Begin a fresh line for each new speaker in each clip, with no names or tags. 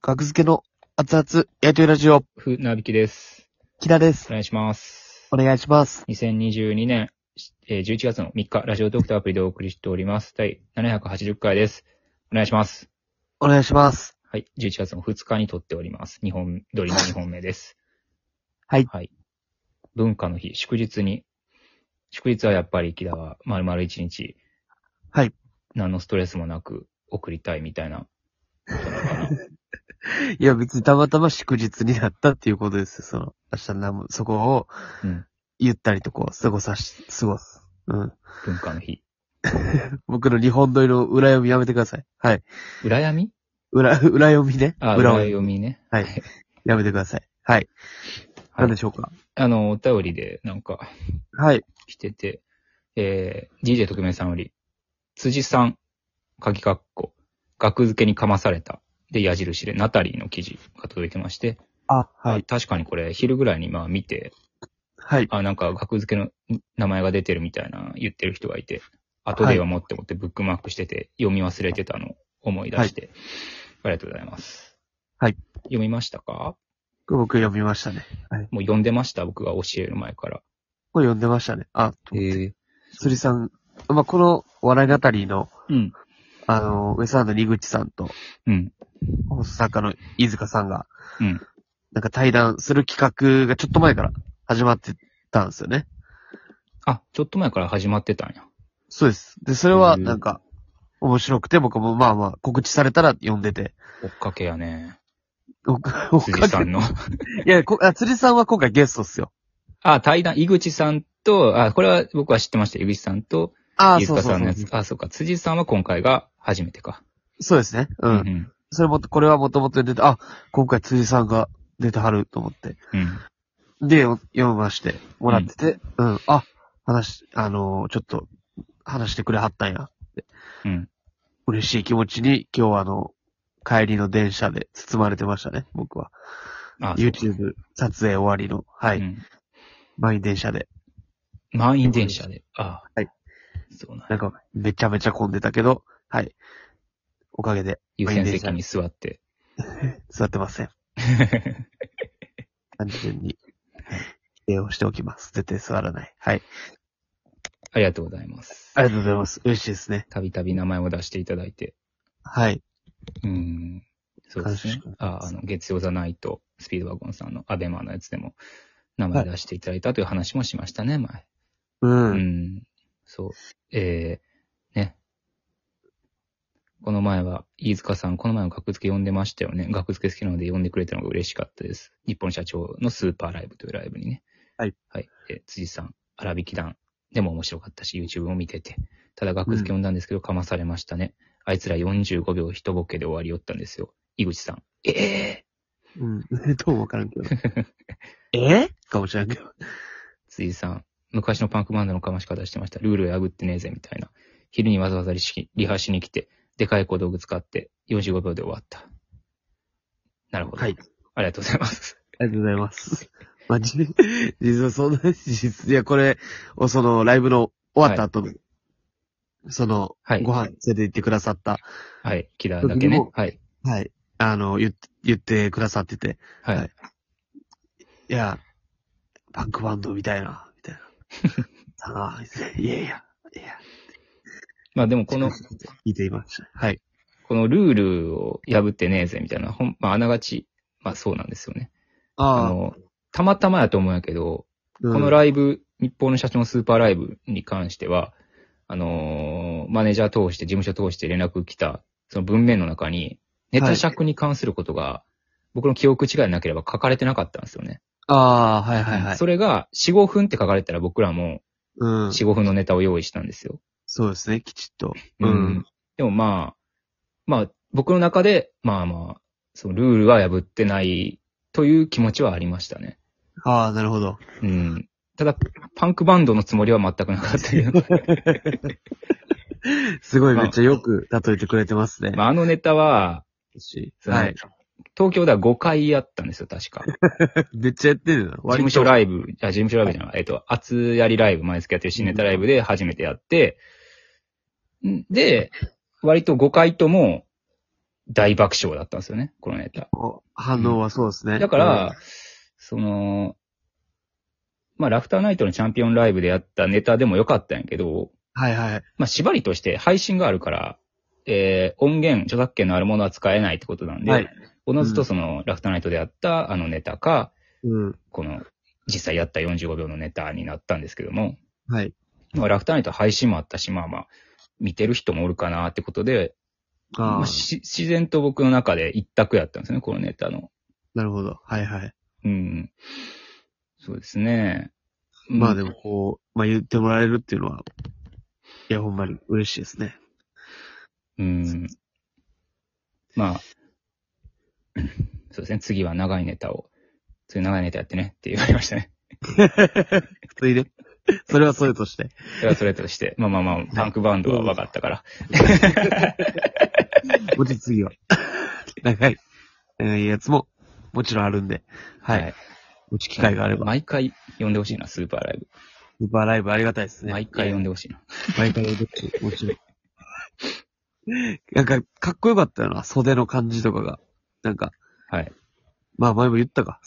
格付けの熱々、やりとりラジオ、
ふなびきです。
木田です
お。願いします
お。願いします。
2022年えー11月の3日、ラジオドクターアプリでお送りしております。第780回です。お願いします。
お願いします。
はい。11月の2日に撮っております。日本、撮りの2本目です。
はい
はい。文化の日、祝日に、祝日はやっぱり木田は丸々1日、
はい。
何のストレスもなく送りたいみたいな。
いや、別にたまたま祝日になったっていうことですよ。その、明日何も、そこを
うん、
ゆったりとこう、過ごさし、過ごす。うん。
文化の日。
僕の日本撮りの裏読みやめてください。はい。
裏闇
裏、 裏読みね。
あ、裏
裏読み。
読みね。
はい。やめてください。はい。
はい
何でしょうか
あの、お便りで、なんか、
はい。
来てて、えー、DJ 特命さんより、辻さん、鍵括弧、額付けにかまされた、で、矢印で、ナタリーの記事が届いてまして、
あ、はい。
あ確かにこれ、昼ぐらいにまあ見て、
はい。
あ、なんか、額付けの名前が出てるみたいな言ってる人がいて、後で読もうって思ってブックマークしてて、読み忘れてたのを思い出して、ありがとうございます。
はい。
読みましたか
僕読みましたね。
もう読んでました、僕が教える前から。
これ読んでましたね。あ、
え
釣りさん。まあ、この、笑い語りの、
うん。
あの、ウエストランドの井口さんと、
うん。
放送作家の飯塚さんが、
うん。
なんか対談する企画がちょっと前から始まってたんですよね。
あ、ちょっと前から始まってたんや。
そうです。で、それは
うん
なんか、面白くて、僕もまあまあ告知されたら読んでて。
追っかけやね。
僕追っかけ
辻さんの。
いや、こあ釣りさんは今回ゲストっすよ。
あ、対談、井口さんと、あ、これは僕は知ってました。井口さんと、
ああ、
飯
そう
塚
そ
さ
うん
の
そ
や
う
つ。。あ、そうか。辻さんは今回が初めてか。
そうですね。う。
うんん。
それも、これはもともと出て、あ、今回釣りさんが出てはると思って。
うん。
で、よ読ましてもらってて、うん、あ、話、あのーちょっと、話してくれはったんや。
うん。
嬉しい気持ちに、今日はあの、帰りの電車で包まれてましたね、僕は。
あ、そうか
YouTube 撮影終わりの、はい、
うん。
満員電車で。
満員電車で。あ
はい。
そうなん
な
や
んか、めちゃめちゃ混んでたけど、はい。おかげで
優先席に座って。
座ってません。単純に、礼をしておきます。絶対座らない。はい。
ありがとうございます
あ。りがとうございます。嬉しいですね。
たびたび名前を出していただいて。
はい。
うん。そうです
感謝
ね
しかな。い
あ、あの、月曜ザナイト、スピードワゴンさんのアベマのやつでも、名前出していただいたという話もしましたね、前。
うん。
うん。そう。えー、ね。この前は、飯塚さん、この前の格付け呼んでましたよね。格付け好きなので呼んでくれたのが嬉しかったです。日本社長のスーパーライブというライブにね。
はい。
はい。えー辻さん、荒引き団でも面白かったし、YouTube も見てて。ただ格付け呼んだんですけど、かまされましたね。あいつら45秒一ボケで終わりよったんですよ。井口さん。ええー
うん。 どうもわからん けど。えかもしれんけど。
辻さん、昔のパンクバンドのかまし方してました。ルール破ってねえぜ、みたいな。昼にわざわざリシリハしに来て、でかい小道具使って、45秒で終わった。なるほど。
はい。
ありがとうございます。
ありがとうございます。 まあ、じ、実はそんな、実、いや、これ、おその、ライブの終わった後の、その、
はい
ご飯連れて行ってくださった、
はい。キラーだけね
僕も。
はい。
はい。あの、言って、言ってくださってて、
はい。
はいいや、バックバンドみたいな、みたいな。 ああ、みたいないやいや、いや、
まあでも、この、
聞いていました。はい。
このルールを破ってねえぜ、みたいな、ほん、まあ、あながち、まあそうなんですよね。あ
ああ、
の、たまたまやと思うんやけど、
こ
この
イ
ライブ、日本の社長のスーパーライブに関しては、あのーマネージャー通して、事務所通して連絡来た、その文面の中に、ネタ尺に関することが、僕の記憶違いなければ書かれてなかったんですよね。
ああ、はいはいはい。
それが、4、5分って書かれてたら僕らも、
うん。
4、5分のネタを用意したんですよ。
そうですね、きちっと。
うん。でもまあ、まあ、僕の中で、まあまあ、そのルールは破ってないという気持ちはありましたね。
ああ、なるほど。
うん。ただ、パンクバンドのつもりは全くなかった けど。
すごい、めっちゃよく例えてくれてますね。
まあ、あのネタは、
し
その
はい。
東京では5回やったんですよ、確か。事
めっちゃやってるな。
務
割
所
と。
ライブ、あ、事務所ライブじゃない、えっと、厚やりライブ、毎月やってる新ネタライブで初めてやって、んで、割と5回とも、大爆笑だったんですよね、このネタ。
お反応はそうですね。
だから、その、まあ、ラフターナイトのチャンピオンライブでやったネタでもよかったんやけど、
うん、はいはい。
まあ、縛りとして配信があるから、えー、音源、著作権のあるものは使えないってことなんで、
はい
おのずとその、ラフターナイトでやったあのネタか、
うん。
この、実際やった45秒のネタになったんですけども、
はい。
まあ、ラフターナイトは配信もあったし、まあまあ、見てる人もおるかなってことで、
あ
まあ、
あ、
し自然と僕の中で一択やったんですよね、このネタの。
なるほど。はいはい。
うん。そうですね。
まあで
も。
もこう、まあ言ってもらえるっていうのは、いやほんまに嬉しいですね。
うん。まあ、そうですね、次は長いネタを、次長いネタやってねって言われましたね。
普通にね。それはそれとして。
それはそれ として、まあまあまあ、パンクバンドは分かったから。
もち次 は。長い、長いやつも、もちろんあるんで。はい。。もち機会があれば。
毎回呼んでほしいな、スーパーライブ。
スーパーライブありがたいですね。
毎回呼んでほしいな。
毎回踊って、もちろん。なん か、かっこよかったよな、袖の感じとかが。なんか、
はい。
まあ前も言ったか。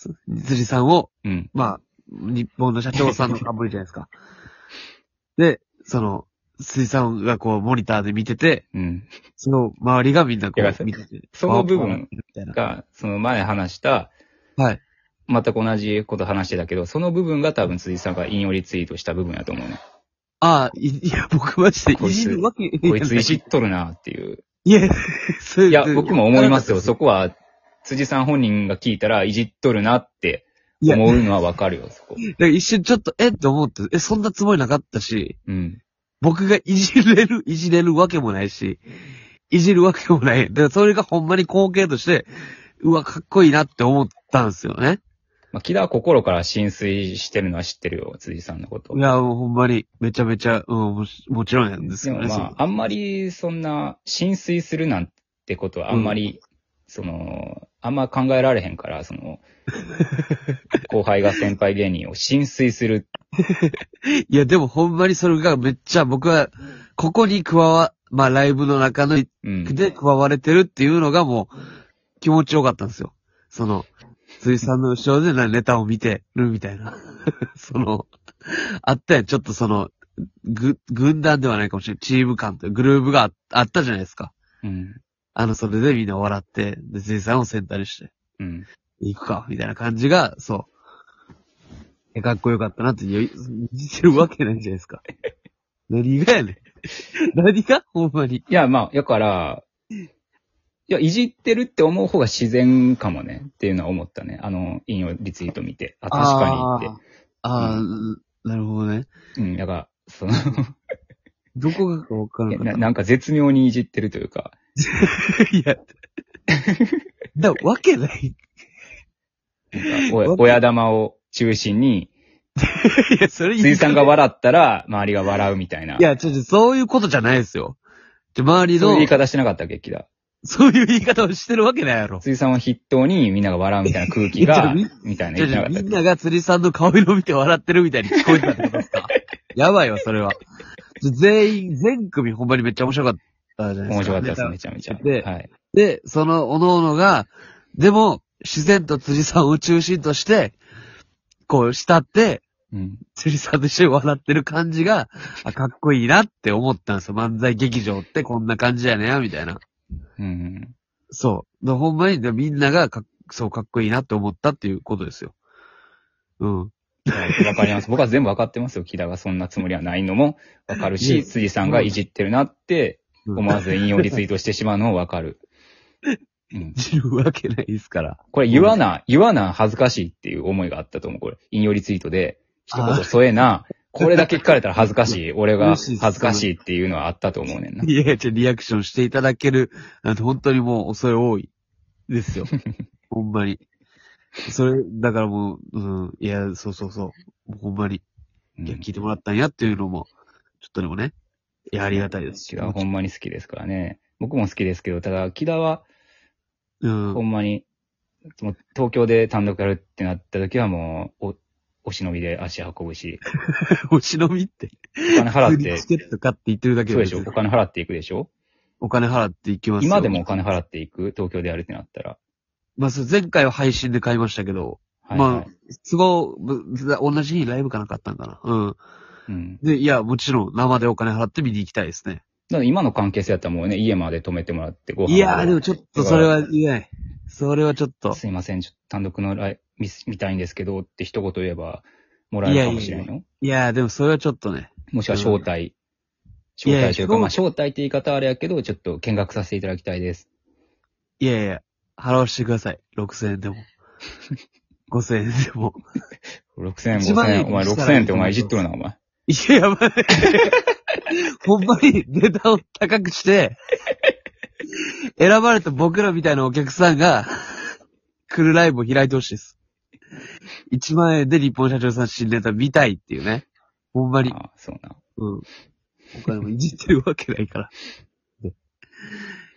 辻さんを、
うん。
まあ、日本の社長さんの冠じゃないですか。 で、その、辻さんがこう、モニターで見てて、
うん。
その周りがみんなこ、
いやそうう
見てて。
その部分
わーわーみたいな。
が、その前話した、
はい。
全く同じこと話してたけど、その部分が多分辻さんが引用リツイートした部分やと思うね。
ああ、い いや、僕マジでいじるわけ
こいついじっとるなっていう。
いや、そう
いや、僕も思いますよ。
そ
そこは、辻さん本人が聞いたら、いじっとるなって
いや、だ
思うのはわかるよ、そこ。
から一瞬ちょっと、えって思って、え、そんなつもりなかったし、
うん。
僕がいじれる、 いじれるわけもないし、いじるわけもない。だからそれがほんまに光景として、うわ、かっこいいなって思ったんですよね。
まあ、木田は心から浸水してるのは知ってるよ、辻さんのこと。
いや、もうほんまに、めちゃめちゃ、うん、もしもちろんなんです
で
よ
も
ね。
まあ、あんまり、そんな、浸水するなんてことは、あんまり、その、あんま考えられへんから、そ の、後輩が先輩芸人を浸水する。
そのいや、でもほんまにそれがめっちゃ僕は、ここに加わ、まあライブの中の
うん。
で加われてるっていうのがもう、気持ちよかったんですよ。その、辻さんの後ろでなネタを見てるみたいな。 その、あったやん、ちょっとその、ぐ、軍団ではないかもしれない。チーム感というグループがああったじゃないですか。
うん。
あの、それでみんな笑って、で、辻さんをセンターにして、
うん。
行くか、みたいな感じが、そう。え、かっこよかったなって言い、言ってるわけないじゃないですか。何がやねん。何がほんまに。
いや、まあ、だから、いや、いじってるって思う方が自然かもね、っていうのは思ったね。あの、引用リツイート見て。あ、確かにっ
あーあー、なるほどね。
て。うん、だから、その、
どこがかわからなかっ
な
た。
なんか絶妙にいじってるというか、
いや、だ、わけ ない。
なんかお親玉を中心に、
いや、それ
辻さんが
い
笑ったら、周りが笑うみたいな。
や、ちょ、ちょ、そういうことじゃないですよ。で、周りの、
そう
そ
いう
う
言い方してなかったっけ、木田。
いう言い方をしてるわけないやろ。
辻さんは筆頭にみんなが笑うみたいな空気が
いや、
みたいな
ち
言
ょ、ちょ、
ってなかったっ
み
け
んなが釣りさんの顔色見て笑ってるみたいに聞こえてたってことです かやばいわ、それは。ちょ全員、全組ほんまにめっちゃ面白かったじゃない
面
ですか。
白かったです、めちゃめちゃ。
で
はい。
で、その、おののが、でも、自然と辻さんを中心として、こう、慕って、
うん。
釣りさんと一緒に笑ってる感じが、あ、かっこいいなって思ったんですよ。漫才劇場ってこんな感じやねや、みたいな。
うん。
そう。だほんまにでみんながかっ、そう、かっこいいなって思ったっていうことですよ。うん。
はいわかります。僕は全部わかってますよ。木田がそんなつもりはないのもわかる
い
し、
え
辻さんがいじってるなって
うん
思わず引用リツイートしてしまうのもわかる。うん、
知るわけないですから。
これ言わな、言わな恥ずかしいっていう思いがあったと思う。これ引用リツイートで一言添えな、これだけ聞かれたら恥ずか しい。俺が恥ずかしいっていうのはあったと思うねんな。
いやいや、じゃあリアクションしていただける、なんて本当にもう恐れ多いですよ。ほんまに。それ、だからもう、うん、いや、そうそうそう。ほんまに、
うん
いや、聞いてもらったんやっていうのも、ちょっとでもね、いや、ありがたいです。
木田はほんまに好きですからね。僕も好きですけど、ただ木田は
うん
ほ。んまに、もう東京で単独やるってなった時はもう、お、お忍びで足運ぶし、
お忍びって。
お金払っ
普通
て
にチケット買って言ってるだけ
そうでしょ
別に
お金払っていくでしょ
お金払っていきますよ
今でもお金払っていく東京でやるってなったら。
まあ、そう前回は配信で買いましたけど、
はい、
まあ
はい。
都合、ぶ同じ日にライブかなかったんかな。うん。
うん。
で、いや、もちろん生でお金払って見に行きたいですね。
だから今の関係性だったらもうね、家まで泊めてもらってご飯を
いやー、でもちょっとそれは言えない。それはちょっと。
すいません、ちょっと単独のライミス見たいんですけどって一言言えばもらえるかもしれないの
いやー、でもそれはちょっとね。
もしくは招待。
うん
招待という
いやい
か、
や
まあ招待って言い方はあれやけど、ちょっと見学させていただきたいです。
いやいや、払わしてください。6000円でも。5000円でも。
6000円、
一番
5000
いい
円、お前
一番いい
6000円ってお前いじっとるな、お前。
いや、やばい。 ほんまに値段を高くして、選ばれた僕らみたいなお客さんが、来るライブを開いてほしいです。1万円で日本社長さん新ネタ見たいっていうね。ほんまに。
ああ、そうな。
うん。お金もいじってるわけないから。い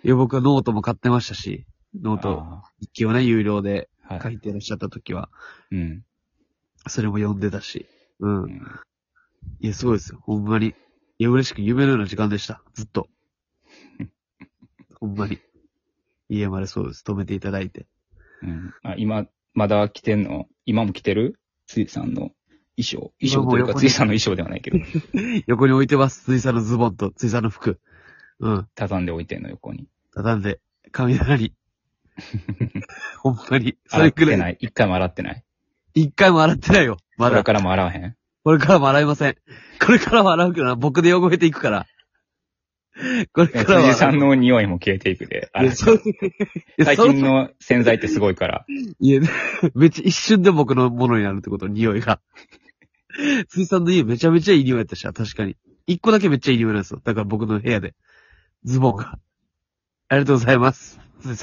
や、僕はノートも買ってましたし、ノート、
あ
一記をね、有料で
あは
書
い。
いてらっしゃった時は、
うん。
それも読んでたし。う。
うんん
いや、すごいですよ。ほんまに。いや、嬉しく夢のような時間でした。ずっと。ほんまに。家までそうです。止めていただいて。
うん。あ、今、まだ着てんの今も着てるついさんの衣装。衣
今
装という
もう
か、
横
つ
に
いさんの衣装ではな いけど、
横に置いてます。ついさんのズボンと、ついさんの服。うん。
畳んで置いてんの、横に。
畳んで、神棚 に。ほんまに。そ
洗
れ
っ
く
て
ら。
ないい。一回も洗ってない。
一回も洗ってないよ。ま
これ
だ。
からも洗わへん。
これからも洗いません。これからも洗うけどな。僕で汚れていくから。これか
え
らは。
辻さんの匂いも消えていくで。
い
洗
や
う
そういや
最
そ
近の洗剤ってすごいから。
いや、 めっちゃ一瞬で僕のものになるってこと、匂いが。辻さんの家めちゃめちゃいい匂いやったしな、確かに。一個だけめっちゃいい匂いなんですよ。だから僕の部屋で。ズボンが。ありがとうございます。辻さん。